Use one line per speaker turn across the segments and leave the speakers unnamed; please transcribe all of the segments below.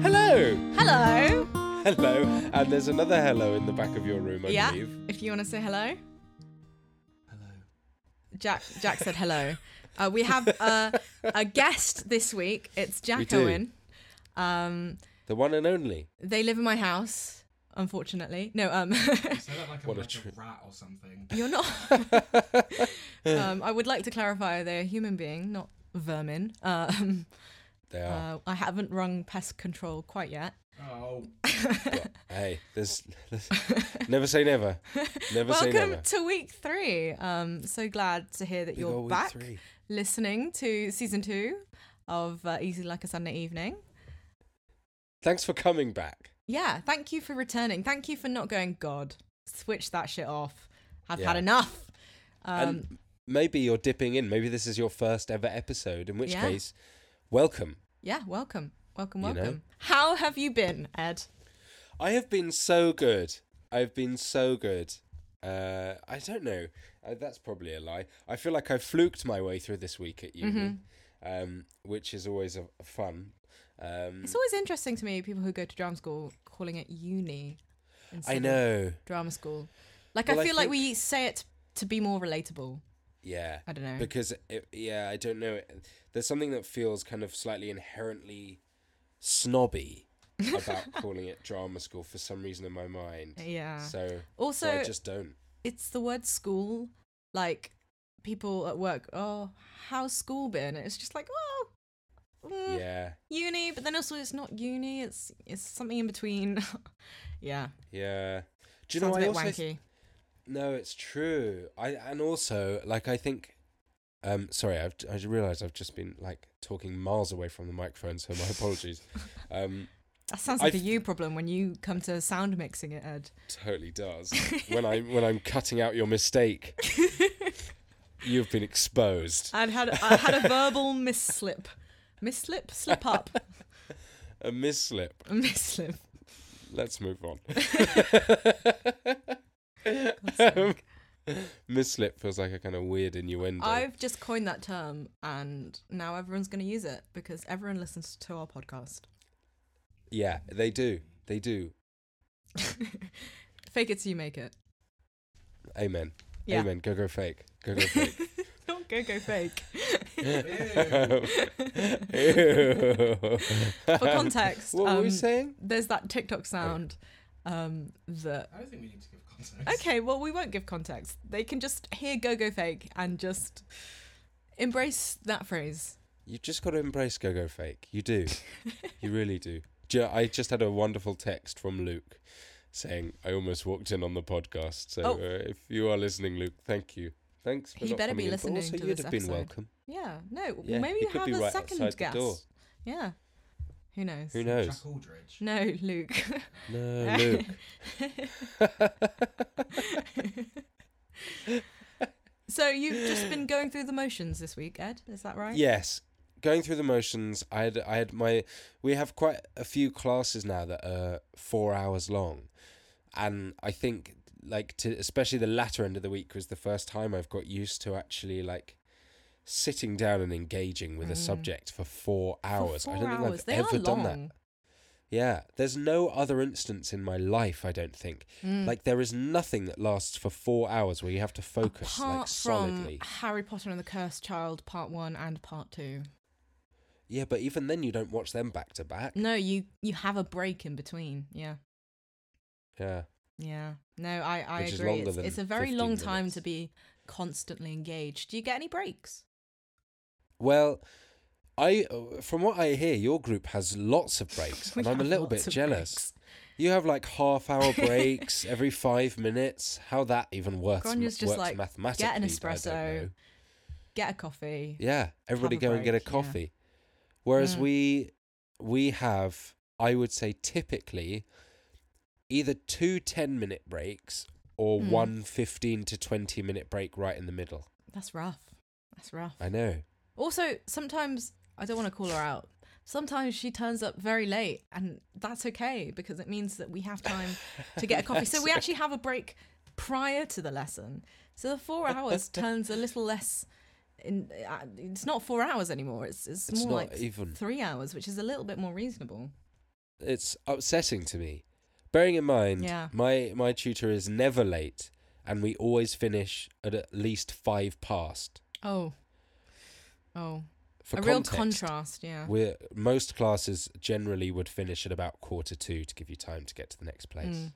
Hello.
Hello.
Hello. And there's another hello in the back of your room, I
yeah.
believe.
If you want to say hello. Hello. Jack. Jack said hello. Uh, we have a, a guest this week. It's Jack
We do.
Owen. Um,
The one and only.
they live in my house, unfortunately. No, um,
Say that like I'm
What a
like
tr-
a rat or something.
you're not. um, I would like to clarify they're a human being, not vermin. Um,
They are.
uh, I haven't rung pest control quite yet.
Oh,
hey, there's, there's never say never. Never say
Welcome
never.
to week three. Um, so glad to hear that
Big
you're
ol' week
back
three.
listening to season two of uh, Easy Like a Sunday Evening.
Thanks for coming back.
Yeah, thank you for returning. Thank you for not going, God, switch that shit off. I've
Yeah.
had enough. Um,
and maybe you're dipping in. Maybe this is your first ever episode, in which
Yeah.
case, welcome.
yeah, welcome. Welcome,
You know.
welcome. How have you been, Ed?
I have been so good. I've been so good. Uh, I don't know. Uh, that's probably a lie. I feel like I fluked my way through this week at uni,
Mm-hmm.
um, which is always a, a fun. Um,
It's always interesting to me people who go to drama school calling it uni. instead
I
of
know.
Drama school. Like,
Well,
I
I
feel like
think-
we say it to be more relatable.
Yeah.
I don't know.
Because it, yeah, I don't know. There's something that feels kind of slightly inherently snobby about calling it drama school for some reason in my mind.
Yeah.
So, so
also,
I just don't.
it's the word school. Like people at work, oh, how's school been? It's just like, oh, mm,
Yeah.
uni, but then also it's not uni. It's it's something in between. yeah,
Yeah. Do you know?
sounds a
I
bit
also
wanky.
No, it's true. I and also like I think. Um, sorry, I've I realised I've just been like talking miles away from the microphone, so my apologies. um,
that sounds like
I've-
a you problem when you come to sound mixing it, Ed.
totally does when I when I'm cutting out your mistake. You've been exposed.
I'd had I had a verbal misslip, misslip, slip up,
A mislip.
a misslip.
Let's move on.
God's sake.
mislip feels like a kind of weird innuendo.
I've just coined that term, and now everyone's going to use it because everyone listens to our podcast.
Yeah, they do. They do.
Fake it till you make it.
Amen.
Yeah.
Amen. Go go fake. Go go fake.
Don't go go fake.
For
For context,
what were we
um,
saying?
there's that TikTok sound um, that.
I don't think we need to give context.
Okay, well, we won't give context. They can just hear go go fake and just embrace that phrase.
You've just got to embrace go go fake. You do. you really do. Do you know, I just had a wonderful text from Luke saying I almost walked in on the podcast. So
Oh.
uh, if you are listening, Luke, thank you. Thanks. For
He
not
better
coming
be
in, but
listening
also
to
you'd
this
have been
episode.
welcome.
Yeah, no, well,
Yeah,
maybe
he
you
could
have
be
a
right outside
second
the
guest.
door.
Yeah, who knows?
Who knows?
Jack Aldridge.
No, Luke.
No, Luke.
so you've just been going through the motions this week, Ed? Is that right?
Yes, going through the motions. I had I had my we have quite a few classes now that are four hours long, and I think like to especially the latter end of the week was the first time I've got used to actually like sitting down and engaging with a subject for four hours.
Mm. For
I
four
don't think
hours.
I've
they
ever
are
done
long.
that. Yeah, there's no other instance in my life. I don't think
Mm.
like there is nothing that lasts for four hours where you have to focus
Apart
like
from
solidly.
Harry Potter and the Cursed Child, Part One and Part Two.
Yeah, but even then you don't watch them back to back.
No, you you have a break in between. Yeah,
Yeah.
yeah. No, I I
Which is
agree.
longer
It's,
than
it's a very
15
long time
minutes.
to be constantly engaged. Do you get any breaks?
Well, I uh, from what I hear, your group has lots of breaks,
We
and I'm a
have
little
lots
bit
of
jealous. You have like half hour breaks every five minutes. How that even works?
Grania's just
works
like, "Get an
mathematically, I don't
espresso."
know.
Get a coffee.
Yeah, everybody
a
go and get a
break, yeah.
coffee. Whereas
Mm.
we we have, I would say, typically either two 10 minute breaks or
Mm.
one 15 to 20 minute break right in the middle.
That's rough. That's rough.
I know.
Also, sometimes I don't want to call her out. Sometimes she turns up very late, and that's okay because it means that we have time to get a coffee. So we actually have a break prior to the lesson. So the four hours turns a little less. In, uh, it's not four hours anymore. It's it's,
It's
more
not
like
even.
three hours, which is a little bit more reasonable.
it's upsetting to me. Bearing in mind,
Yeah.
my my tutor is never late, and we always finish at at least five past.
Oh. Oh.
For
a
context,
real contrast, yeah.
We're, most classes generally would finish at about quarter two to give you time to get to the next place.
Mm.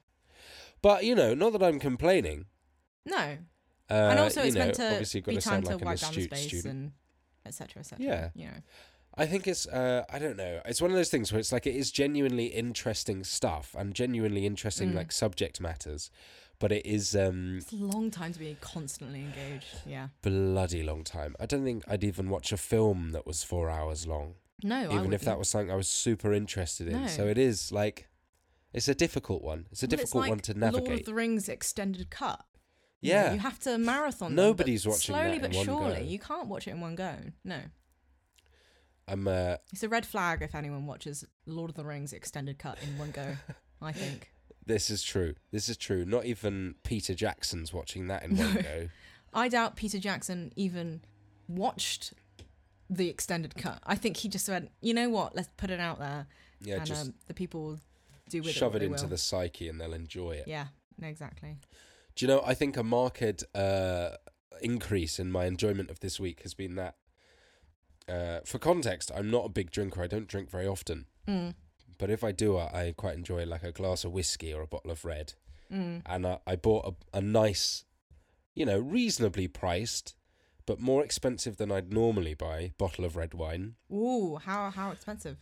But you know, not that I'm complaining.
No.
Uh,
and also
you
it's
know,
meant
obviously
to
got
be
to sound
time to
like an
wipe down the
astute
space
student.
and et cetera, et cetera.
Yeah.
You know.
I think it's uh, I don't know. It's one of those things where it's like it is genuinely interesting stuff and genuinely interesting
Mm.
like subject matters, but it is um
It's a long time to be constantly engaged. Yeah.
bloody long time. I don't think I'd even watch a film that was four hours long,
No, I
even if that
wouldn't.
was something I was super interested in.
No.
So it is like it's a difficult one. It's a
Well,
difficult
like
one to
Lord of
navigate.
the Rings extended cut. You know,
yeah,
you have to marathon. them, but
Nobody's watching that
slowly
in
but
one
surely.
go.
You can't watch it in one go. No,
I'm. Uh,
it's a red flag if anyone watches Lord of the Rings extended cut in one go. I think
this is true. This is true. Not even Peter Jackson's watching that in one
No.
go.
I doubt Peter Jackson even watched the extended cut. I think he just said, "You know what? Let's put it out there,
Yeah,
and
just
um, the people will do with
shove it
it." what they
into
will."
the psyche and they'll enjoy it.
yeah. No, exactly.
Do you know? I think a marked uh, increase in my enjoyment of this week has been that. Uh, for context, I'm not a big drinker. I don't drink very often,
Mm,
but if I do, I, I quite enjoy like a glass of whiskey or a bottle of red.
mm.
And I, I bought a, a nice, you know, reasonably priced, but more expensive than I'd normally buy bottle of red wine.
Ooh, how how expensive?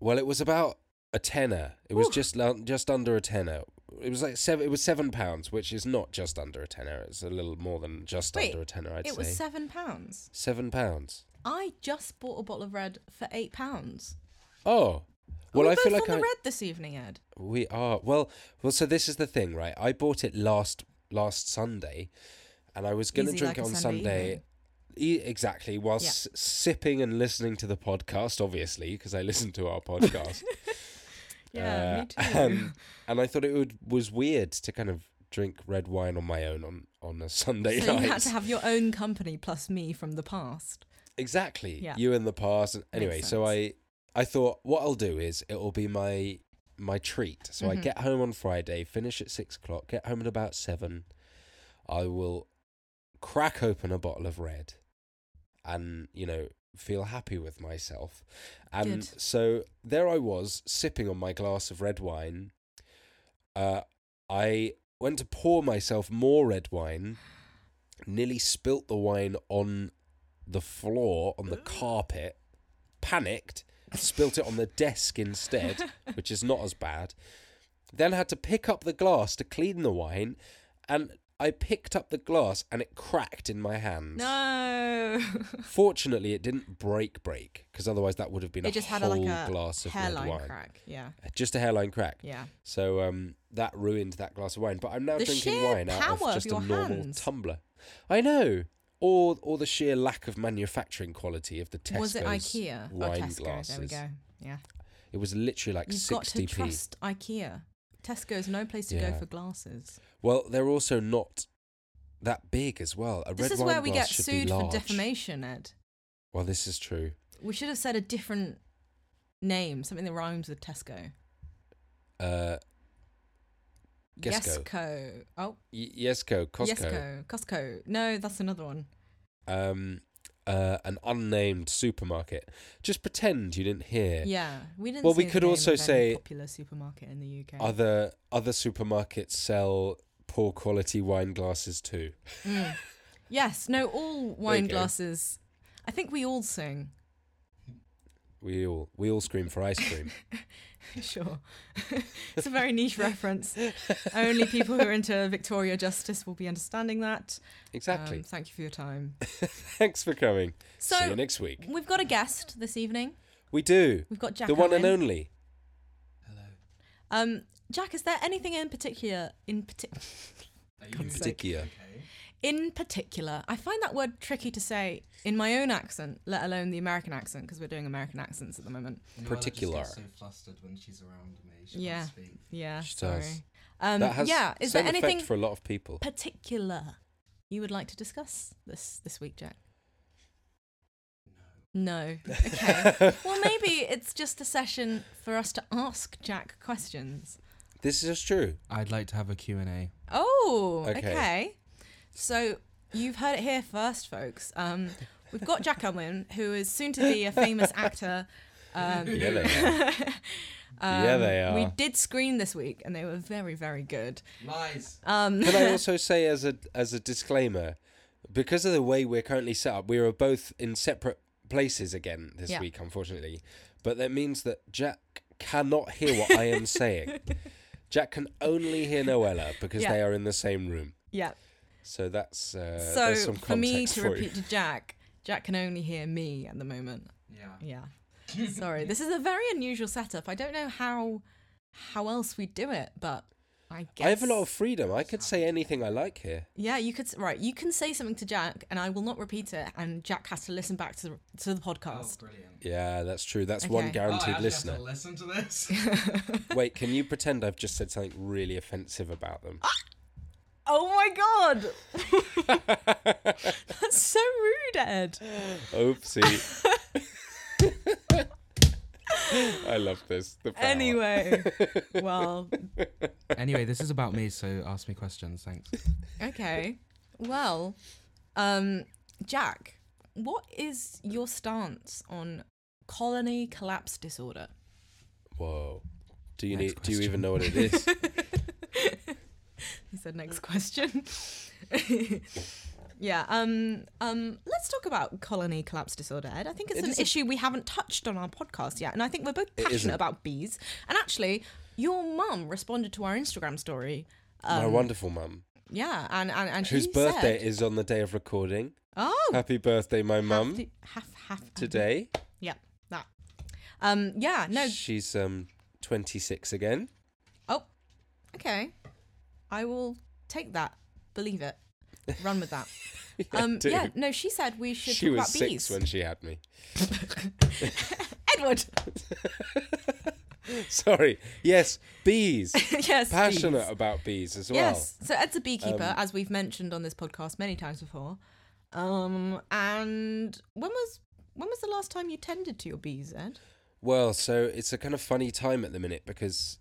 Well, it was about a tenner. It was
Oof.
just lo- just under a tenner. It was like seven. It was seven pounds, which is not just under a tenner. It's a little more than just
Wait,
under a tenner. I'd
it
say
was seven pounds.
seven pounds.
I just bought a bottle of red for eight pounds.
Oh, well,
we
I feel
both
like
on
I,
the red this evening, Ed.
we are. Well, well. So this is the thing, right? I bought it last last Sunday, and I was going to
Easy
drink
like
it
a
on
Sunday
Sunday.
evening.
E- exactly, while
Yeah.
s- sipping and listening to the podcast, obviously, because I listen to our podcast. Uh,
Yeah, me too.
um, and I thought it would, was weird to kind of drink red wine on my own on, on a Sunday
so
night.
you had to have your own company plus me from the past.
exactly.
Yeah.
You in the past. And
Makes
Anyway, so I I thought what I'll do is it will be my my treat. So I
Mhm.
get home on Friday, finish at six o'clock, get home at about seven. I will crack open a bottle of red, and you know feel happy with myself. And
Good.
so there I was sipping on my glass of red wine. Uh, I went to pour myself more red wine, nearly spilt the wine on the floor, on the carpet, panicked, spilt it on the desk instead, which is not as bad. Then had to pick up the glass to clean the wine, and I picked up the glass and it cracked in my hands.
No,
Fortunately, it didn't break break because otherwise that would have been
it
a
just
whole
had a, like a
glass of red
hairline
wine.
crack. Yeah,
Just a hairline crack.
yeah.
So um, that ruined that glass of wine. But I'm now
The
drinking
sheer
wine out
power
of
of
just a
your
normal
hands.
tumbler. I know. Or or the sheer lack of manufacturing quality of the Tesco's
was it IKEA or
wine
Tesco?
glasses.
There we go. Yeah,
It was literally like
you've got to
sixty p.
trust IKEA. Tesco is no place to
Yeah.
go for glasses.
Well, they're also not that big as well. A
This
red
is
wine
where we
glass
get
should
sued
be
for
large.
defamation, Ed.
Well, this is true.
We should have said a different name, something that rhymes with Tesco.
Uh, Gesco.
Yesco. Oh,
y- Yesco, Costco,
Yesco. Costco. No, that's another one.
um, uh, an unnamed supermarket. Just pretend you didn't hear
Yeah, we didn't.
Well,
say
we
the
could
name
also
of any
say-
popular supermarket in the UK.
other other supermarkets sell poor quality wine glasses too.
Mm. Yes, no, all
you
wine
go.
glasses. I think we all sing.
We all we all scream for ice
Um,
cream.
Sure, it's a very niche reference. Only people who are into Victoria Justice will be understanding that.
exactly.
Um, thank you for your time.
Thanks for coming. See
So
you next week.
we've got a guest this evening.
We do
We've got Jack.
the one and
Owen.
only.
Hello.
Um, Jack, is there anything in particular in partic-
Are
God's
you
sake.
Particular.
okay?
in particular, I find that word tricky to say in my own accent, let alone the American accent, because we're doing American accents at the moment.
Noella just
Particular.
gets so flustered when she's around me. She
Yeah.
can't speak.
Yeah,
She
sorry.
does.
Um,
that has
yeah, is
same
there anything
effect for a lot of people.
particular you would like to discuss this this week, Jack? No. Okay. well, maybe it's just a session for us to ask Jack questions.
This is true.
I'd like to have a Q&A.
Oh,
Okay.
okay. So you've heard it here first, folks. Um, we've got Jack Unwin, who is soon to be a famous actor. Um,
Yeah, they are. yeah,
um,
they are.
We did screen this week, and they were very, very good.
Lies.
Um,
Can I also say as a as a disclaimer, because of the way we're currently set up, we are both in separate places again this
Yeah.
week, unfortunately. But that means that Jack cannot hear what I am saying. Jack can only hear Noella because
Yeah.
they are in the same room.
yeah.
So that's uh,
so
there's some
for me
context
to
for you.
repeat to Jack, Jack can only hear me at the moment.
Yeah. Oh,
Yeah. Sorry. This is a very unusual setup. I don't know how how else we do it, but I guess
I have a lot of freedom. I could say anything I like here.
Yeah, you could s- right, you can say something to Jack and I will not repeat it and Jack has to listen back to the, to the
Oh,
podcast.
brilliant.
Yeah, that's true. That's one
Okay.
Oh, I
guaranteed
actually have
listener.
to listen to this.
Wait, can you pretend I've just said something really offensive about them?
Oh my god. That's so rude, Ed.
Oopsie. I love this. The power.
Anyway, well,
anyway, this is about me, so ask me questions. Thanks.
Okay. Well, um, Jack, what is your stance on colony collapse disorder?
Whoa. Do you
Next
need? Do you even
question.
know what it is?
He said, next question. yeah. Um. Um. Let's talk about colony collapse disorder, Ed. I think it's
It
an
is a-
issue we haven't touched on our podcast yet, and I think we're both
isn't.
passionate about bees. And actually, your mum responded to our Instagram story. Um,
My wonderful mum,
yeah, and and, and
whose
she
birthday
said,
is on the day of recording.
oh,
Happy birthday, my mum!
half, half, half
Today,
Yeah, that. Um, yeah, no.
she's um 26 again.
Oh, okay. I will take that. Believe it. Run with that. um,
do.
yeah, no. She said we should
She was
talk
six
about bees.
when she had me.
Edward.
Sorry. Yes, bees.
yes.
Passionate
bees.
about bees as well.
Yes. So Ed's a beekeeper,
Um,
as we've mentioned on this podcast many times before. Um, and when was when was the last time you tended to your bees, Ed?
Well, so it's a kind of funny time at the minute because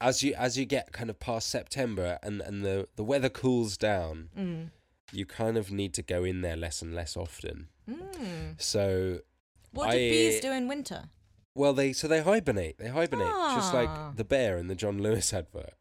as you as you get kind of past September and and the the weather cools down,
Mm.
you kind of need to go in there less and less often.
Mm.
So
What do bees
I-
do in winter?
well they so they hibernate. They hibernate just
Ah.
like the bear in the John Lewis advert.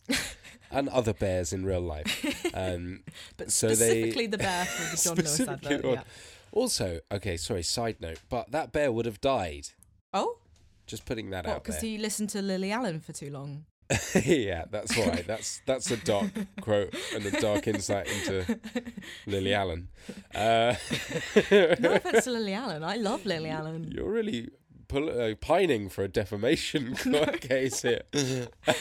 and other bears in real life. Um
But
So they-
specifically the bear from the John Lewis
specifically
advert.
the one-
Yeah.
also, okay, sorry, side note, but that bear would have died.
Oh,
Just putting that
What?
out there.
Because you listened to Lily Allen for too long.
yeah, that's why. That's that's a dark quote and a dark insight into Lily Allen. Uh,
No offense to Lily Allen. I love Lily Allen.
you're really pull, uh, pining for a defamation case here.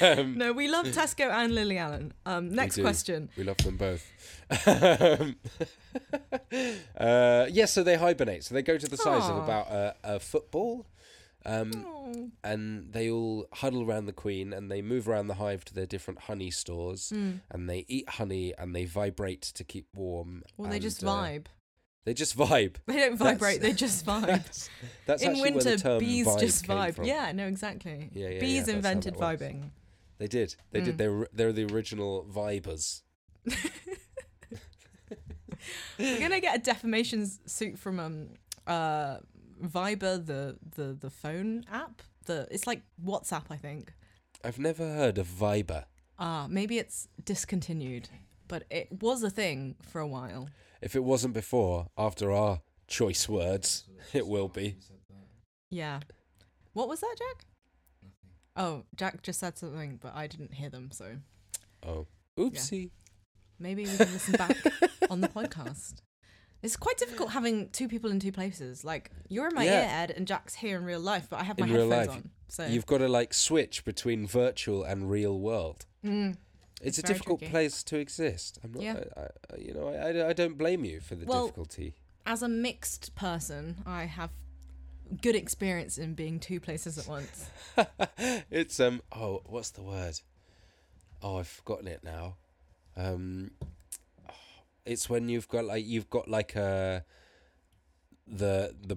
Um,
No, we love Tesco and Lily Allen. Um, next
do.
question.
We love them both. um, uh, yes, so they hibernate. So they go to the size of
Aw.
about a, a football. Um,
Oh.
and they all huddle around the queen and they move around the hive to their different honey stores
Hmm.
and they eat honey and they vibrate to keep warm.
Well, they
and,
just
uh,
vibe.
they just vibe.
They don't
that's-
vibrate. They just vibe.
That's, that's
In
actually where
winter,
the term
bees
vibe
just
came
vibe.
from.
Yeah, no, exactly.
Yeah, yeah, yeah,
bees
that's how
invented
that works.
vibing. Mm.
they did. They did. They were, they're the original vibers.
We're gonna get a defamation s- suit from um, uh, Viber, the the the phone app. The it's like WhatsApp, I think.
I've never heard of Viber.
Ah, maybe it's discontinued, but it was a thing for a while.
If it wasn't before, after our choice words, it will be.
You said that.
Yeah. What was that, Jack?
Nothing.
Oh, Jack just said something, but I didn't hear them, so
Oh, oopsie.
maybe we can listen back on the podcast. It's quite difficult having two people in two places. Like you're in my
Yeah.
ear, Ed, and Jack's here in real life, but I have my
In real
headphones
life,
on. So
You've got to like switch between virtual and real world.
Mm.
It's,
It's
a
very
difficult
tricky.
place to exist. I'm not,
Yeah.
I, I, you know, I, I, I don't blame you for the
Well-
difficulty.
as a mixed person, I have good experience in being two places at once.
It's um. Oh, what's the word? Oh, I've forgotten it now. Um, uh, it's when you've got like you've got like a the the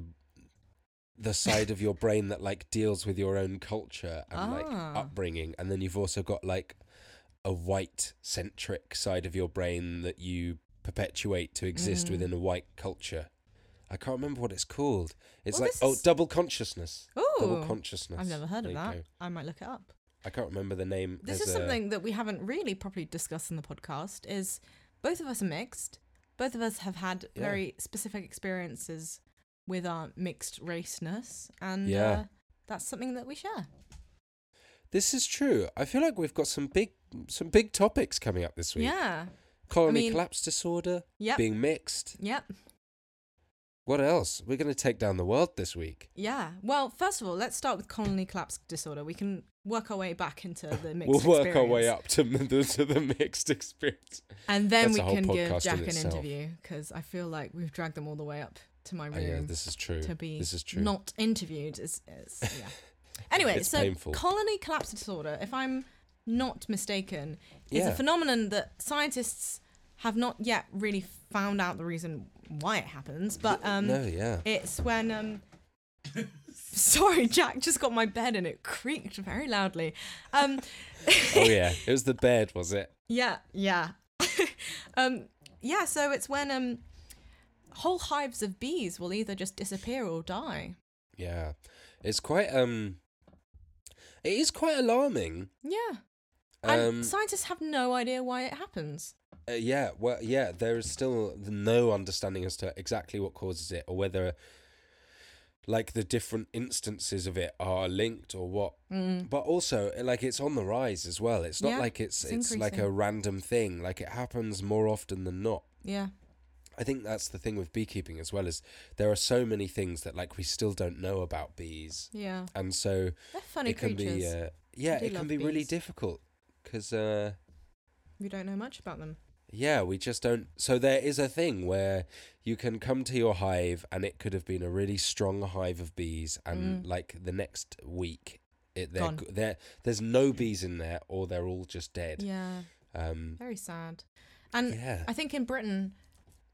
the side of your brain that like deals with your own culture and like
Ah.
upbringing and then you've also got like a white centric side of your brain that you perpetuate to exist
Mhm.
within a white culture i can't remember what it's called it's
Well,
like
this
oh
is-
double consciousness double
Oh,
consciousness
I've never heard
There
of
you
that.
go.
I might look it up.
i can't remember the name
This
There's
is
a-
something that we haven't really properly discussed in the podcast. Is both of us are mixed. Both of us have had
Yeah.
very specific experiences with our mixed raceness, and
Yeah.
uh, that's something that we share.
this is true i feel like we've got some big some big topics coming up this week
Yeah.
colony
I mean-
collapse disorder
Yep.
being mixed
Yep.
what else we're going to take down the world this week
Yeah. Well, first of all, let's start with colony collapse disorder. We can work our way back into the mixed.
we'll work our way
experience.
up to the, to the mixed experience
And then
That's a
we
whole
can
podcast
give
in
Jack an
itself.
interview because I feel like we've dragged them all the way up to my
Oh, yeah,
room
this is true.
to be
this is true.
not interviewed. Is, is yeah. anyway,
It's
so
painful.
colony collapse disorder, if I'm not mistaken, is
yeah.
a phenomenon that scientists have not yet really found out the reason why it happens, but um,
no, yeah.
it's when um sorry, Jack just got my bed and it creaked very loudly. Um
oh yeah, it was the bed, was it?
yeah, yeah. um yeah, so it's when um whole hives of bees will either just disappear or die.
Yeah, it's quite um, it is quite alarming.
Yeah.
Um,
and scientists have no idea why it happens.
uh, yeah, well, yeah, there is still no understanding as to exactly what causes it or whether, like, the different instances of it are linked or what. But also, uh, like, it's on the rise as well. It's not
Mm. Yeah,
like it's it's
it's
like a
increasing.
random thing. Like, it happens more often than not.
Yeah.
I think that's the thing with beekeeping as well is there are so many things that like we still don't know about bees,
Yeah.
and so
They're funny
it can
creatures.
be uh, yeah,
I do
it can
love
be really
bees.
difficult because uh,
we don't know much about them.
yeah, we just don't. So there is a thing where you can come to your hive and it could have been a really strong hive of bees, and like the next week, it they're,
Mm. Gone.
they there's no bees in there or they're all just dead.
Yeah.
Um,
Very sad. And
yeah,
I think in Britain,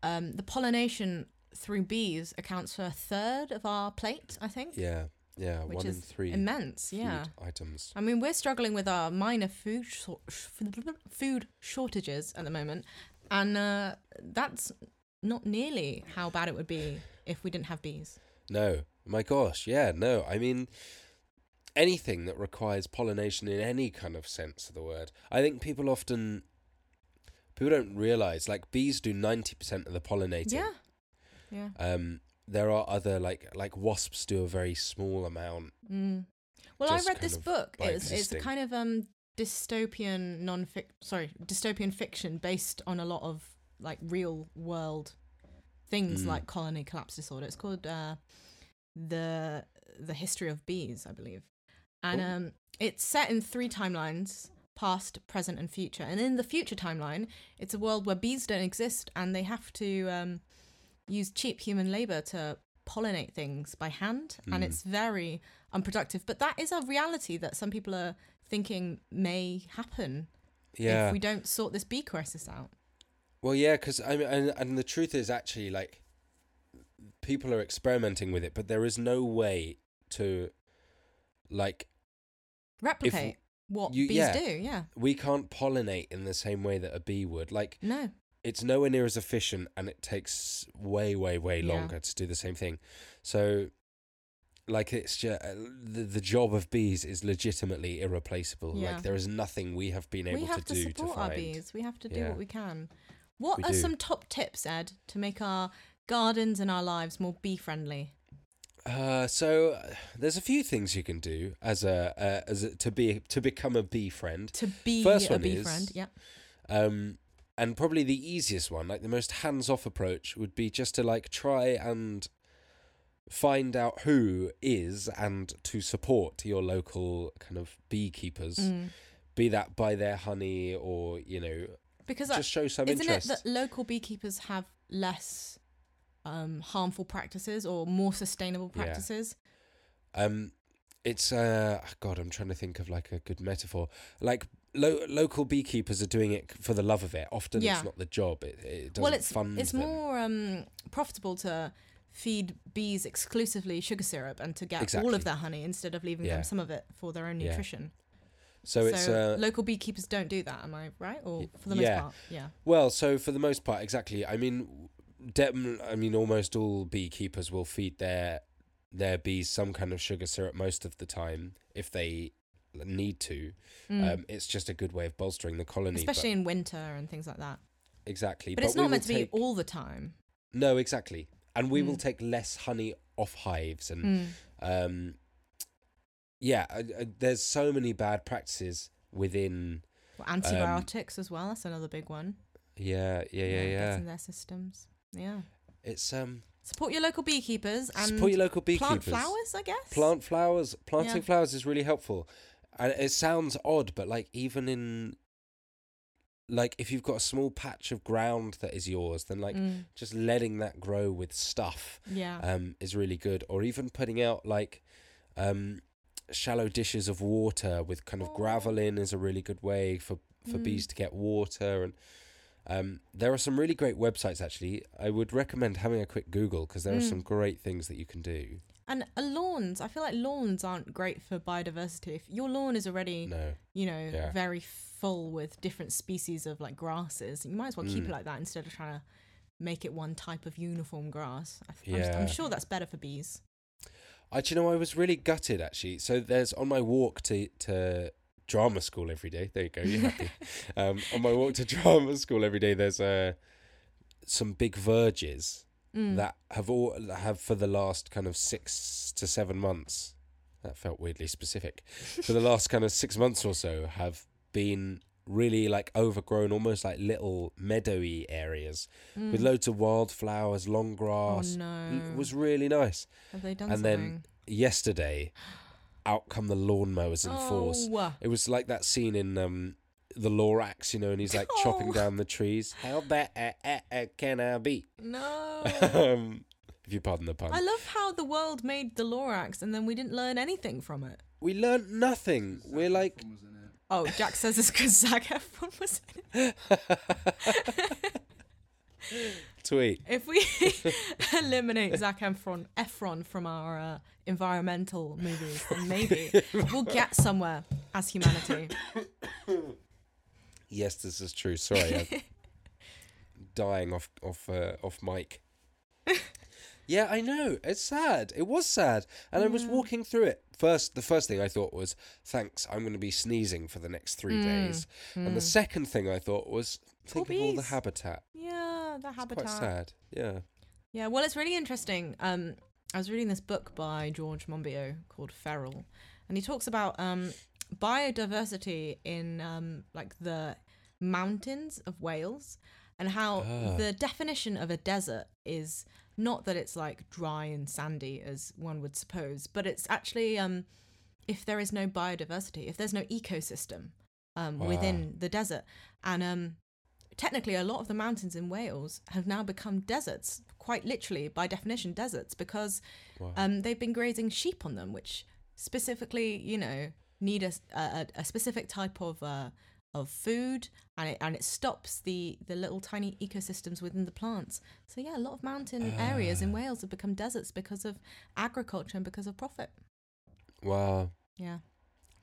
um, the pollination through bees accounts for a third of our plate, I think,
yeah, yeah.
which
One in
is
three
immense.
food
Yeah.
items.
I mean, we're struggling with our minor food shor- food shortages at the moment, and uh, that's not nearly how bad it would be if we didn't have bees.
No. My gosh, yeah, no. I mean anything that requires pollination in any kind of sense of the word. I think people often people don't realize like bees do 90% of the pollinating.
Yeah, yeah.
Um there are other like like wasps do a very small amount.
Mm. Well, I
Just
read
kind
this
of
book.
by
It's, it's a
existing.
kind of um dystopian non sorry dystopian fiction based on a lot of like real world things
Mm.
like colony collapse disorder. It's called uh, the the history of bees, I believe, and
Ooh.
um, it's set in three timelines: past, present, and future. And in the future timeline, it's a world where bees don't exist, and they have to um, use cheap human labor to pollinate things by hand and
Mm.
it's very unproductive but that is a reality that some people are thinking may happen
Yeah.
if we don't sort this bee crisis out
Well, yeah, cuz I mean and, and the truth is actually like people are experimenting with it, but there is no way to like
replicate what
you-
bees
yeah.
do yeah
we can't pollinate in the same way that a bee would. Like
no
it's nowhere near as efficient and it takes way way way
Yeah.
longer to do the same thing so like it's just the, the job of bees is legitimately irreplaceable
Yeah.
like there is nothing we have been able
we have
to,
to,
do to
support
find
our bees we have to do
Yeah.
what we can what
We
are
do.
some top tips ed to make our gardens and our lives more bee friendly
Uh, so uh, there's a few things you can do as a uh, as a, to be to become a bee friend
to be
First
a
one
bee
is-
friend yeah
um and probably the easiest one like the most hands off approach would be just to like try and find out who is and to support your local kind of beekeepers
Mm.
be that by their honey or you know
because I,
just show some
Isn't
interest
it that local beekeepers have less um, harmful practices or more sustainable
Yeah.
practices?
um it's uh god i'm trying to think of like a good metaphor like lo- local beekeepers are doing it for the love of it often
Yeah.
it's not the job it, it doesn't
well, it's
fund
it's
them.
more um, profitable to feed bees exclusively sugar syrup and to get all
Exactly.
of their honey instead of leaving
Yeah.
them some of it for their own
Yeah.
nutrition.
So, it's uh,
local beekeepers don't do that, am I right? Or
Y-
for the most
yeah. Um,
part, yeah.
Well, so for the most part, exactly. I mean, de- I mean, almost all beekeepers will feed their their bees some kind of sugar syrup most of the time if they need to.
Mm.
Um, it's just a good way of bolstering the colony, but-
Especially in winter and things like that.
exactly.
But, it's
we
not
will
meant to
take-
be all the time.
No, exactly. And we will
Mm.
take less honey off hives, and
Mm.
um, yeah, I, I, there's so many bad practices within.
Well, antibiotics as well. That's another big one.
Yeah, yeah, yeah,
Gets
yeah.
in their systems. Yeah.
It's um,
Support your local beekeepers and
support your local
plant
beekeepers.
flowers, I guess.
plant flowers planting
Yeah.
flowers is really helpful and it sounds odd but like even in like if you've got a small patch of ground that is yours then like
Mm,
just letting that grow with stuff
yeah.
um is really good or even putting out like um shallow dishes of water with kind of
Oh.
gravel in is a really good way for for
Mm.
bees to get water and um, there are some really great websites actually. I would recommend having a quick Google because there are
Mm.
some great things that you can do.
And uh, lawns, I feel like lawns aren't great for biodiversity. If your lawn is already,
No,
you know,
Yeah.
very full with different species of like grasses, you might as well keep
Mm.
it like that instead of trying to make it one type of uniform grass. I th- I'm s- I'm,
Yeah.
sure that's better for bees.
I, do you know, I was really gutted actually. So there's on my walk to to drama school every day. There you go. You happy? um, on my walk to drama school every day, there's uh, some big verges
Mm.
that have all have for the last kind of six to seven months. That felt weirdly specific. for the last kind of six months or so, have been really like overgrown, almost like little meadowy areas with
Mm.
loads of wildflowers, long
Oh
grass.
no!
It was really nice
Have they done
and then
something?
yesterday, out come the lawnmowers in force.
Oh.
It was like that scene in um, The Law Axe, you know, and he's like chopping
Oh.
down the trees. How bad uh,
eh,
uh, uh, can I be?
No.
um, if you pardon the pun.
I love how the world made the Lorax and then we didn't learn anything from it.
we learnt nothing. We're like.
Oh, Jack says it's because Zac Efron was in it.
Tweet.
If we eliminate Zac Efron, Efron from our uh, environmental movies, then maybe we'll get somewhere as humanity.
Yes, this is true. Sorry, I'm dying off off uh, off mic. yeah, I know. It's sad. It was sad, and I was walking through it. First, the first thing I thought was, "Thanks, I'm going to be sneezing for the next three days." And the second thing I thought was, "Think
Hmm. Poor
of all the
bees.
habitat."
Yeah, the
It's
habitat.
Quite sad. Yeah.
Yeah, well, it's really interesting. Um, I was reading this book by George Monbiot called Feral, and he talks about um, biodiversity in um, like the mountains of Wales, and how
Ah.
the definition of a desert is not that it's like dry and sandy as one would suppose, but it's actually um, if there is no biodiversity, if there's no ecosystem um,
Wow.
within the desert, and um, technically a lot of the mountains in Wales have now become deserts, quite literally by definition deserts, because
Wow.
um, they've been grazing sheep on them, which specifically, you know, need a s- a, a- a specific type of uh, of food, and it and it stops the the little tiny ecosystems within the plants. So yeah, a lot of mountain areas
Ah.
in Wales have become deserts because of agriculture and because of profit.
Wow.
Yeah.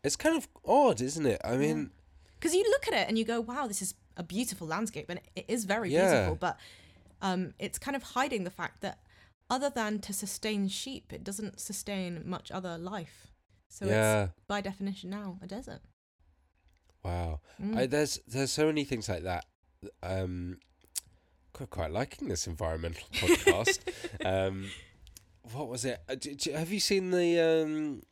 It's kind of odd, isn't it? I mean,
because you look at it and you go, "Wow, this is a beautiful landscape," and it is very
Yeah.
beautiful. But um, it's kind of hiding the fact that, other than to sustain sheep, it doesn't sustain much other life. So
yeah.
it's by definition now a desert.
Wow.
Mm.
I, there's there's so many things like that. Um, qu- quite liking this environmental podcast. um, what was it? Uh, d- d- have you seen the um,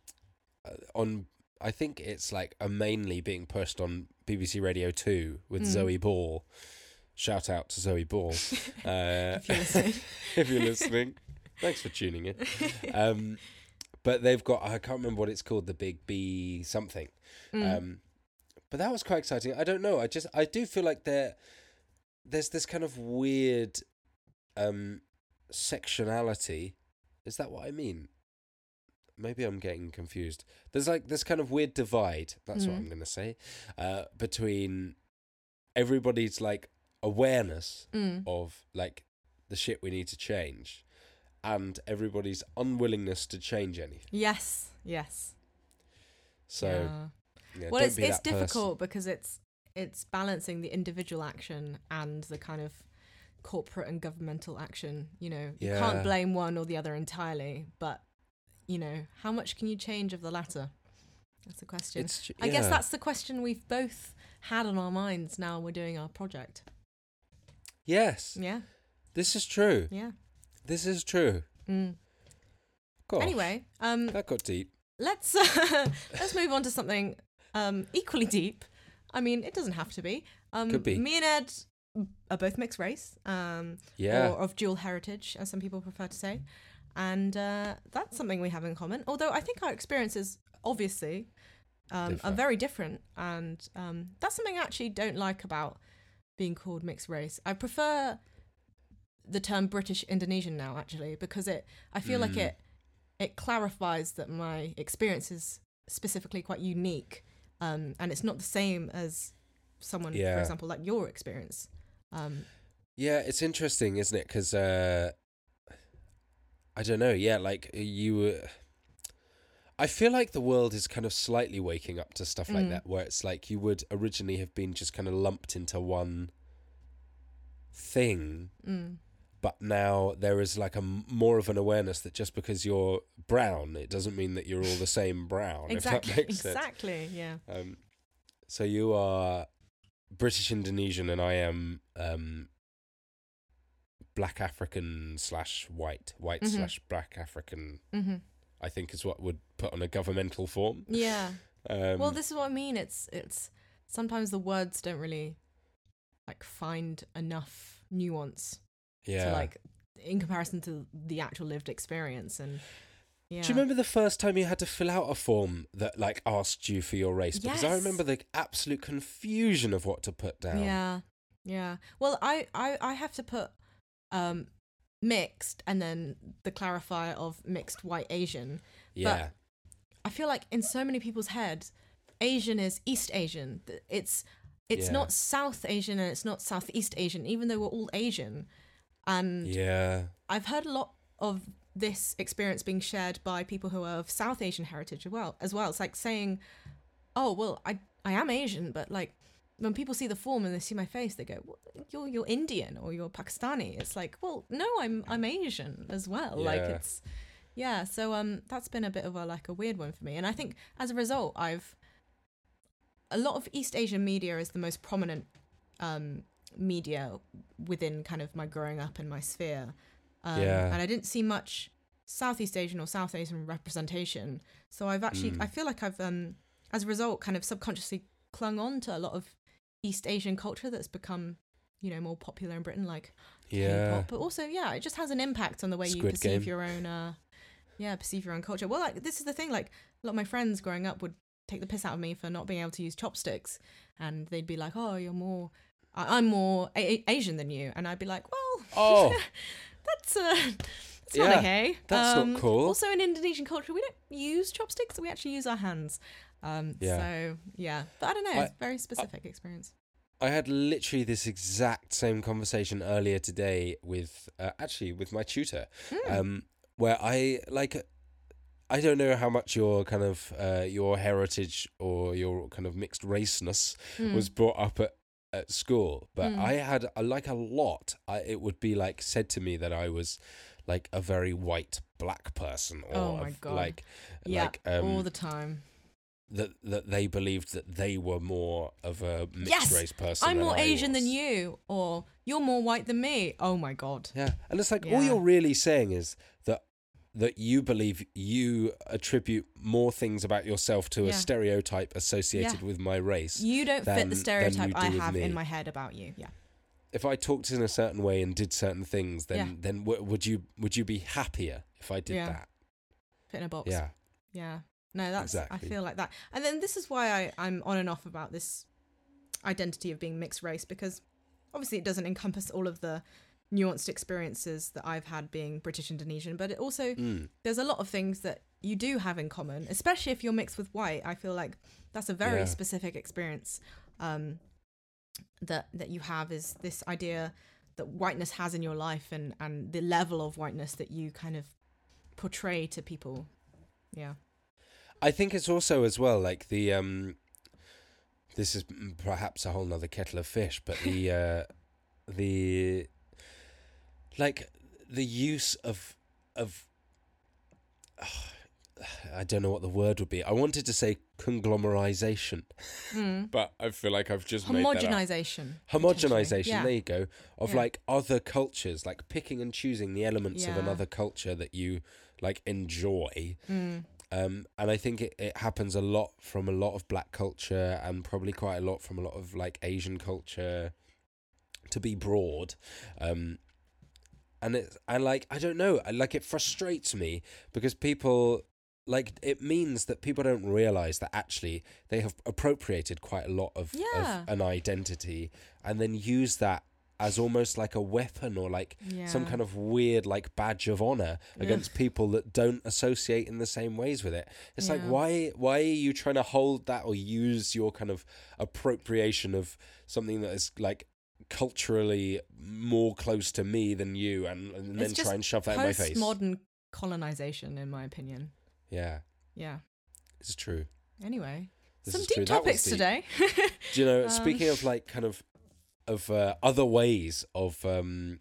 uh, on? I think it's like a mainly being pushed on BBC Radio Two with
Mm.
Zoe Ball. Shout out to Zoe Ball. Uh,
If you're listening.
if you're listening, thanks for tuning in. Um, but they've got I can't remember what it's called. The Big B something.
Mm.
Um, but that was quite exciting. I don't know. I just I do feel like there there's this kind of weird um sectionality. Is that what I mean? Maybe I'm getting confused. There's like this kind of weird divide. That's what
Mhm.
I'm going to say. Uh, between everybody's like awareness
Mm.
of like the shit we need to change, and everybody's unwillingness to change anything.
Yes. Yes.
So
Yeah.
yeah,
well
don't
it's
be
it's
that person.
difficult because it's it's balancing the individual action and the kind of corporate and governmental action you know you
Yeah.
can't blame one or the other entirely but you know how much can you change of the latter that's the question
It's ju-
i guess
yeah.
that's the question we've both had on our minds now we're doing our project
yes.
yeah
This is true.
yeah
This is true.
mm.
Gosh,
anyway um
that got deep.
let's uh, let's move on to something um, equally deep. I mean, it doesn't have to be. Um,
Could be.
Me and Ed are both mixed race, um,
Yeah.
or of dual heritage, as some people prefer to say, and uh, that's something we have in common. Although I think our experiences, obviously, um, are
Differ.
very different, and um, that's something I actually don't like about being called mixed race. I prefer the term British Indonesian now, actually, because it I feel like
Mm.
it it clarifies that my experience is specifically quite unique, um, and it's not the same as someone,
Yeah.
for example, like your experience. Um,
Yeah, it's interesting, isn't it? Because uh, I don't know. Yeah, like you were. I feel like the world is kind of slightly waking up to stuff like
Mm.
that, where it's like you would originally have been just kind of lumped into one thing,
mm,
but now there is like a m- more of an awareness that just because you're brown, it doesn't mean that you're all the same brown.
exactly,
If that makes sense.
exactly, yeah.
Um, so you are British Indonesian, and I am um, Black African slash white, white
Mhm.
slash Black African.
hmm
I think is what would put on a governmental form.
Yeah.
Um,
well, this is what I mean. It's it's sometimes the words don't really like find enough nuance
yeah.
to like in comparison to the actual lived experience and yeah.
Do you remember the first time you had to fill out a form that like asked you for your race? Because I
Yes.
remember the absolute confusion of what to put down.
Yeah, yeah. Well, I, I, I have to put um, mixed and then the clarifier of mixed white Asian.
Yeah.
I feel like in so many people's heads, Asian is East Asian. Th- It's it's
Yeah.
not South Asian and it's not Southeast Asian, even though we're all Asian. Um, And
yeah.
I've heard a lot of this experience being shared by people who are of South Asian heritage as well. As well, it's like saying, "Oh, well, I I am Asian," but like when people see the form and they see my face, they go, well, "You're you're Indian or you're Pakistani." It's like, "Well, no, I'm I'm Asian as well." Like
Yeah.
it's yeah. So um, that's been a bit of a like a weird one for me, and I think as a result, I've a lot of East Asian media is the most prominent um, media within kind of my growing up and my sphere. Um,
Yeah.
And I didn't see much Southeast Asian or South Asian representation. So I've actually,
Mm.
I feel like I've, um, as a result, kind of subconsciously clung on to a lot of East Asian culture that's become, you know, more popular in Britain, like
Yeah.
K-pop. But also, yeah, it just has an impact on the way you
Squid
perceive
Game.
your own, uh, yeah, perceive your own culture. Well, like this is the thing. Like a lot of my friends growing up would take the piss out of me for not being able to use chopsticks, and they'd be like, "Oh, you're more, I- I'm more a- A- Asian than you," and I'd be like, "Well,
Oh.
that's uh That's
Yeah,
not okay.
that's not cool.
Um, Also, in Indonesian culture, we don't use chopsticks; we actually use our hands. Um,
Yeah.
So, yeah, but I don't know.
I-
it's a very specific experience.
I had literally this exact same conversation earlier today with uh, actually with my tutor,
Hmm.
um, where I like I don't know how much your kind of uh, your heritage or your kind of mixed raceness
Hmm.
was brought up at at school, but I had uh, like a lot. I, it would be like said to me that I was like a very white black person, or
Oh my
of,
God.
like
Yeah,
like um,
all the time.
that that they believed that they were more of a mixed
Yes,
race person.
I'm
than
more
I
Asian than
was.
you, or you're more white than me. Oh my god.
Yeah, and it's like all
Yeah.
you're really saying is that that you believe you attribute more things about yourself to a
Yeah.
stereotype associated
Yeah.
with my race.
You don't
than-
fit
than
the stereotype
you
I
do with
have in
me.
my head about you. Yeah.
If I talked in a certain way and did certain things, then
Yeah.
then w- would you would you be happier if I did
Yeah.
that?
Fit in a box.
Yeah,
Yeah. No, that's
Exactly.
I feel like that. And then this is why I, I'm on and off about this identity of being mixed race because obviously it doesn't encompass all of the nuanced experiences that I've had being British Indonesian, but it also
Mm.
there's a lot of things that you do have in common, especially if you're mixed with white. I feel like that's a very
Yeah.
specific experience um, that that you have is this idea that whiteness has in your life and and the level of whiteness that you kind of portray to people yeah
I think it's also as well like the um this is m- perhaps a whole nother kettle of fish, but the uh the like the use of of I don't know what the word would be. I wanted to say conglomerization,
mm.
but I feel like I've Hmm. just made that up.
homogenization
Homogenization,
potentially. Yeah.
there you go, of
Yeah.
like other cultures, like picking and choosing the elements of
Yeah.
another culture that you like enjoy.
Mm.
Um, and I think it, it happens a lot from a lot of black culture and probably quite a lot from a lot of like Asian culture to be broad. Um, and it's, I like, I don't know, I, like it frustrates me because people, like, it means that people don't realize that actually they have appropriated quite a lot of,
Yeah.
of an identity and then use that as almost like a weapon or like
yeah
some kind of weird like badge of honor
Yeah.
against people that don't associate in the same ways with it. It's like
Yeah.
why why are you trying to hold that or use your kind of appropriation of something that is like culturally more close to me than you and, and then
It's just
try and shove that in my face.
postmodern colonization in my opinion
Yeah,
yeah
it's true.
anyway
This
some
is
deep
true. That was
topics
deep.
today
Do you know,
Um,
speaking of like kind of of uh, other ways of um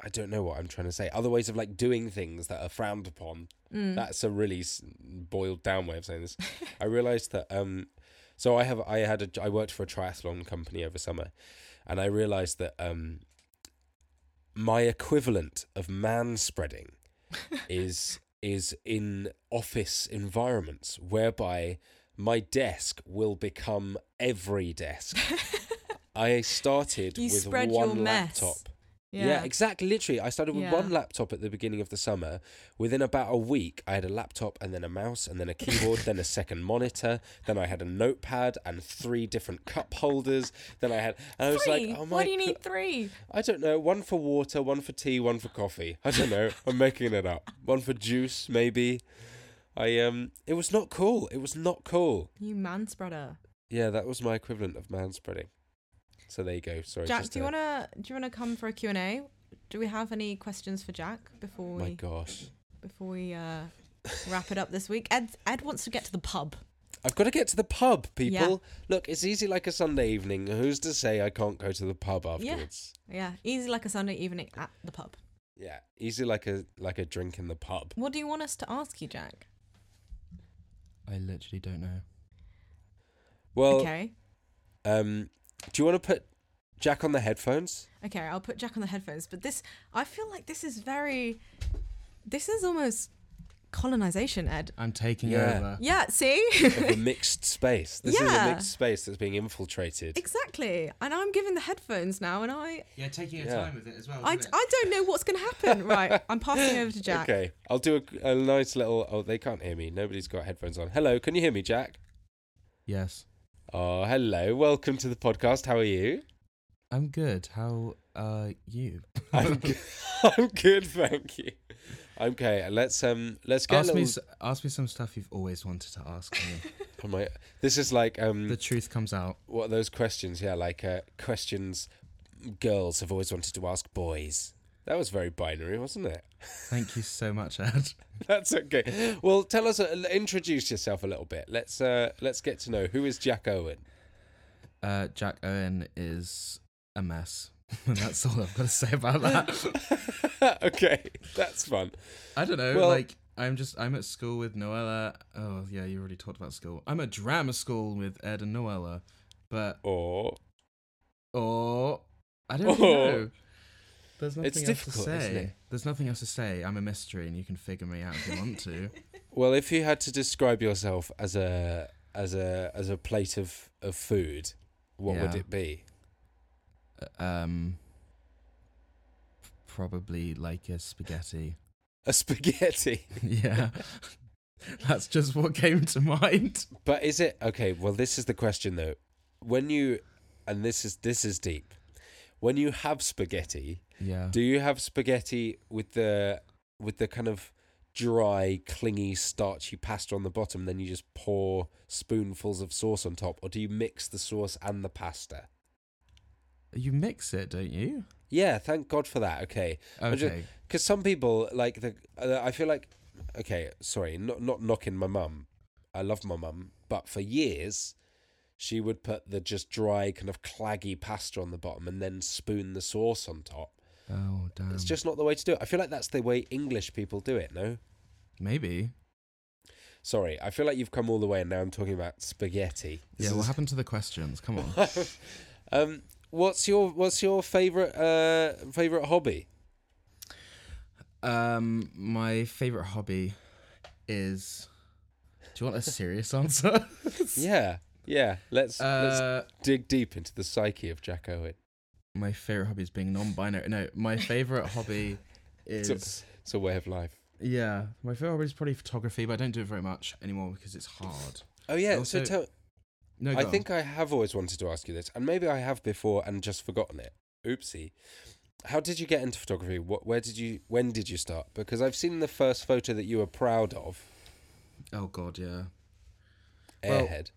I don't know what I'm trying to say. Other ways of like doing things that are frowned upon.
Mm.
That's a really s- boiled down way of saying this. I realized that um so I have I had a I worked for a triathlon company over summer and I realized that um my equivalent of man spreading is is in office environments whereby my desk will become every desk. I started
You
with
spread your
one
mess.
laptop. Yeah.
yeah
exactly. Literally, I started with
Yeah.
one laptop at the beginning of the summer. Within about a week, I had a laptop and then a mouse and then a keyboard, then a second monitor, then I had a notepad and three different cup holders. Then I had, and I was
three
like, oh my
why do you
go-
need three
I don't know. One for water, one for tea, one for coffee. I don't know. I'm making it up. One for juice, maybe. I um, it was not cool. It was not cool.
you man spreader
Yeah, that was my equivalent of man spreading. So there you go. Sorry,
Jack,
just
do you
a-
want to do you want to come for a Q&A? Do we have any questions for Jack before
My
we
gosh.
before we uh, wrap it up this week? Ed Ed wants to get to the pub.
I've got to get to the pub, people. Look, it's easy like a Sunday evening. Who's to say I can't go to the pub
Yeah.
afterwards?
Yeah, easy like a Sunday evening at the pub.
Yeah, easy like a like a drink in the pub.
What do you want us to ask you, Jack?
I literally don't know.
Well,
okay.
um, do you want to put Jack on the headphones?
Okay, I'll put Jack on the headphones, but this I feel like this is very this is almost colonization, Ed.
I'm taking
Yeah.
over.
Yeah, see?
Of a mixed space. This is a
Yeah.
mixed space that's being infiltrated.
exactly. And I'm given the headphones now and I
Yeah, taking
your Yeah. time
with it as well.
I, I don't know what's going to happen. Right, I'm passing over to Jack.
Okay, I'll do a, a nice little. Oh, they can't hear me. Nobody's got headphones on. Hello, can you hear me, Jack?
yes,
Oh, hello. Welcome to the podcast. How are you?
I'm good. How are you?
I'm good. I'm good, thank you. Okay, let's um let's get a
ask
little
me, s- ask me some stuff you've always wanted to ask me.
Am I- This is like um,
the truth comes out.
what are those questions? Yeah, like uh, questions girls have always wanted to ask boys. That was very binary, wasn't it?
Thank you so much, Ed.
That's okay. Well, tell us, uh, introduce yourself a little bit. Let's uh, let's get to know who is Jack Owen.
Uh, Jack Owen is a mess. That's all I've got to say about that.
okay, that's fun.
I don't know.
Well-
like I'm just I'm at school with Noella. Oh yeah, you already talked about school. I'm at drama school with Ed and Noella, but
Or
or I don't
Or-
know. There's nothing
Oh. It's
else
difficult,
to say.
isn't it?
There's nothing else to say. I'm a mystery, and you can figure me out if you want to.
well, if you had to describe yourself as a as a as a plate of of food, what would
Yeah.
it be?
Uh, um, probably like a spaghetti.
A spaghetti.
yeah, that's just what came to mind.
But is it okay? Well, this is the question though. When you, and this is this is deep. When you have spaghetti,
Yeah.
do you have spaghetti with the with the kind of dry, clingy, starchy pasta on the bottom? Then you just pour spoonfuls of sauce on top, or do you mix the sauce and the pasta?
You mix it, don't you?
Yeah, thank God for that. Okay,
Okay.
just- because some people like the. Uh, I feel like, okay, sorry, not not knocking my mum. I love my mum, but for years, she would put the just dry kind of claggy pasta on the bottom and then spoon the sauce on top.
oh damn.
It's just not the way to do it. I feel like that's the way English people do it. No,
maybe.
sorry, I feel like you've come all the way and now I'm talking about spaghetti. This
yeah. What
is-
happened to the questions? Come on.
um, what's your what's your favorite uh favorite hobby?
Um, my favorite hobby is. Do you want a serious answer?
Yeah, yeah. Let's let's
uh,
dig deep into the psyche of Jack Owen.
my favorite hobby is being non-binary. No, my favorite hobby
So-
is
It's a way of life.
yeah. My favorite hobby is probably photography, but I don't do it very much anymore because it's hard.
Oh yeah.
Also-
so tell.
No,
I
go on.
think I have always wanted to ask you this, and maybe I have before and just forgotten it. Oopsie. How did you get into photography? What? Where did you? When did you start? Because I've seen the first photo that you were proud of,
Oh god, yeah. Well,
Airhead.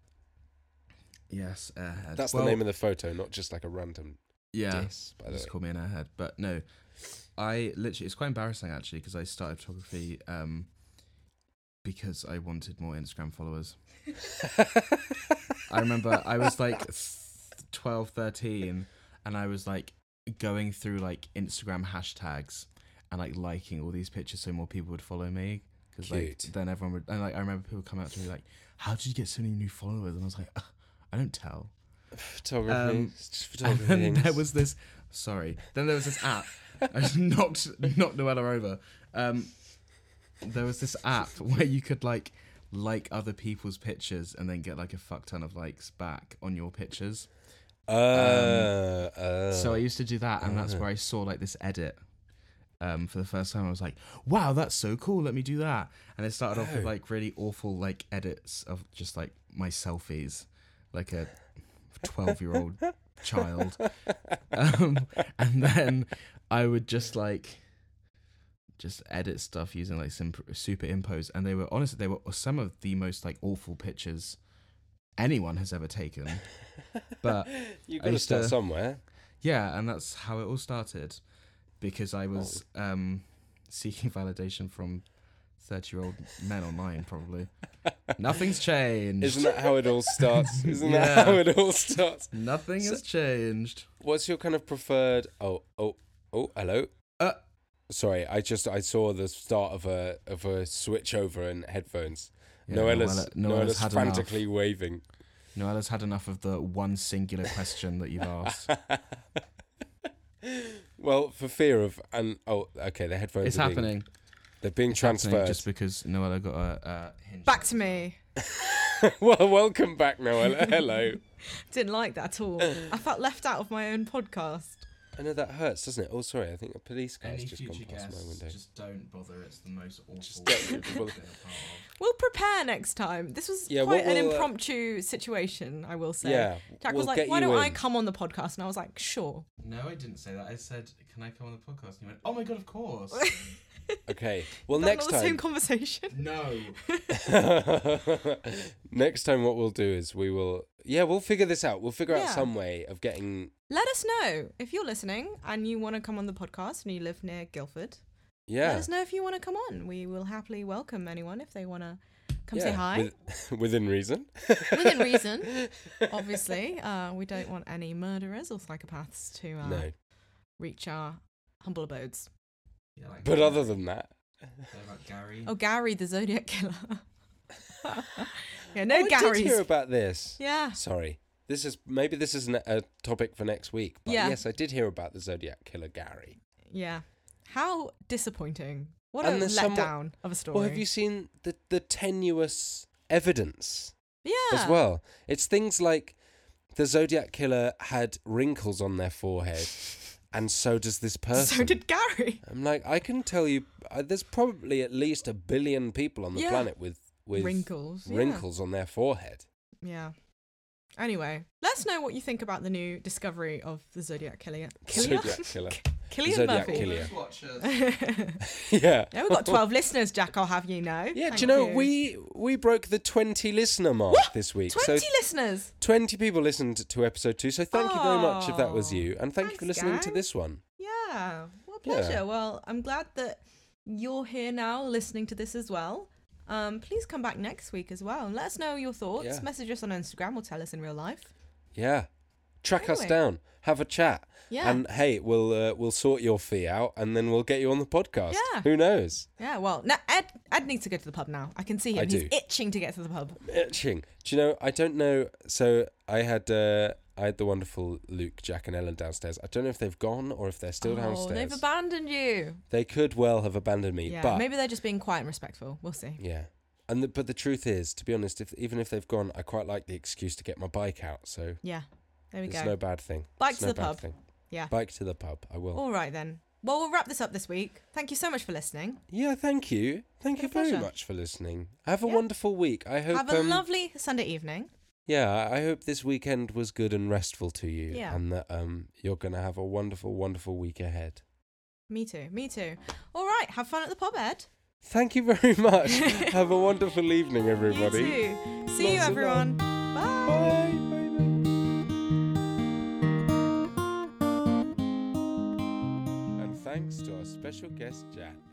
Yes, airhead.
That's
Well,
the name of the photo, not just like a random
Yeah,
diss. By the way.
just call me an airhead. But no, I literally it's quite embarrassing actually because I started photography um because I wanted more Instagram followers. I remember I was like th- 12, 13 and I was like going through like Instagram hashtags and like liking all these pictures so more people would follow me because like
Cute.
then everyone would and like I remember people come up to me like how did you get so many new followers and I was like "Ugh, I don't tell
photography.
Um,
it's just
and
photography.
then there
things.
was this. Sorry. Then there was this app. I just knocked knocked Noella over. Um, there was this app where you could like like other people's pictures and then get like a fuck ton of likes back on your pictures.
Uh, uh,
um, So I used to do that, and that's where I saw like this edit. Um, for the first time, I was like, "Wow, that's so cool! Let me do that." And it started off with like really awful like edits of just like my selfies, like a twelve-year-old child. Um, and then I would just like just edit stuff using like simp- superimpose, and they were honestly they were some of the most like awful pictures anyone has ever taken. But
you
I
got to
used
start
to-
somewhere.
yeah, and that's how it all started because I was
Oh.
um, seeking validation from 30 year old men online, probably. Nothing's changed.
Isn't that how it all starts? Isn't
Yeah.
that how it all starts?
Nothing has changed.
What's your kind of preferred? Oh, oh, oh, hello.
Uh.
sorry. I just I saw the start of a of a switch over in headphones.
Yeah,
Noella's
Noella- Noella's
Noella's,
had
frantically waving.
Noella's had enough of the one singular question that you've asked.
Well, for fear of and oh, okay, the headphones.
it's
are being-
happening.
they're being
It's happening
transferred.
just because Noella got a uh, hinge.
Back to me.
well, welcome back, Noella. Hello.
Didn't like that at all. I felt left out of my own podcast.
I know that hurts, doesn't it? Oh, sorry. I think a police car's
Any
just gone
future
past my
guests,
window.
just don't bother. It's the most awful.
Just don't
thing
bother.
I've been a part of.
We'll prepare next time. This was
Yeah,
quite
we'll-
an
we'll, uh,
impromptu situation, I will say.
Yeah,
Jack
we'll
was like,
get
"Why
you
don't I
in."
come on the podcast?" And I was like, "Sure."
No, I didn't say that. I said, "Can I come on the podcast?" And you went, "Oh my god, of course."
Okay. Well,
That
next
not the
time.
same conversation.
no.
Next time, what we'll do is we will, yeah, we'll figure this out. We'll figure out
Yeah.
some way of getting,
Let us know if you're listening and you want to come on the podcast and you live near Guildford. Let
yeah,
us know if you want to come on. We will happily welcome anyone if they want to come say
yeah,
hi
with- within reason.
within reason. Obviously, uh, we don't want any murderers or psychopaths to uh,
No,
reach our humble abodes.
Yeah, like
but
Gary.
other than that,
What about Gary.
Oh, Gary, the Zodiac killer. yeah, no
I did
Garys.
hear about this.
yeah.
Sorry, this is maybe this is not a topic for next week. But
Yeah.
yes, I did hear about the Zodiac killer Gary.
Yeah. How disappointing. What
And
a
there's somewhat-
letdown of a story.
Well, have you seen the the tenuous evidence
yeah.
as well? It's things like the Zodiac killer had wrinkles on their forehead, and so does this person.
So did Gary.
I'm like, I can tell you, uh, there's probably at least a billion people on the
Yeah.
planet with with
Wrinkles. yeah.
wrinkles on their forehead.
Yeah. Anyway, let us know what you think about the new discovery of the Zodiac Killer.
Zodiac killer.
Killian
Zodiac
Murphy.
Killian.
Watchers.
yeah.
Yeah, we've got 12 listeners, Jack, I'll have you know.
Yeah,
Thank
do you know we we broke the twenty listener mark this week?
20
So
listeners.
twenty people listened to episode two. So thank you very much if that was
Aw.
you, and thank you for
Thanks,
listening to
gang.
this one.
Yeah. What a
Yeah.
pleasure. Well, I'm glad that you're here now listening to this as well. Um, please come back next week as well and let us know your thoughts.
Yeah.
Message us on Instagram or tell us in real life.
Yeah, track us
Anyway.
down, have a chat,
Yeah.
and hey, we'll uh, we'll sort your fee out, and then we'll get you on the podcast.
Yeah.
Who knows?
Yeah, well, now Ed, Ed needs to go to the pub now. I can see him.
I
He's
do.
itching to get to the pub.
itching. Do you know? I don't know. So I had uh, I had the wonderful Luke, Jack, and Ellen downstairs. I don't know if they've gone or if they're still
oh,
downstairs.
they've abandoned you.
they could well have abandoned me,
Yeah,
but
maybe they're just being quiet and respectful. We'll see.
yeah. And the, but the truth is, to be honest, if even if they've gone, I quite like the excuse to get my bike out. So
Yeah, there we
it's
go.
no bad thing.
Bike
It's
to
no
the
bad
pub.
Thing.
Yeah. Oh.
Bike to the pub. I will.
All right then. Well, we'll wrap this up this week. Thank you so much for listening.
Yeah. Thank you. Thank
Been
you
a
very
pleasure.
much for listening. Have a
Yeah.
wonderful week. I hope.
Have a
um,
lovely Sunday evening.
Yeah, I I hope this weekend was good and restful to you,
Yeah.
and that um you're gonna have a wonderful, wonderful week ahead.
Me too. Me too. All right. Have fun at the pub, Ed.
Thank you very much. Have a wonderful evening, everybody.
You too. See you,
Lots of love.
everyone. Bye.
Bye. Bye. Bye. And thanks to our special guest, Jack.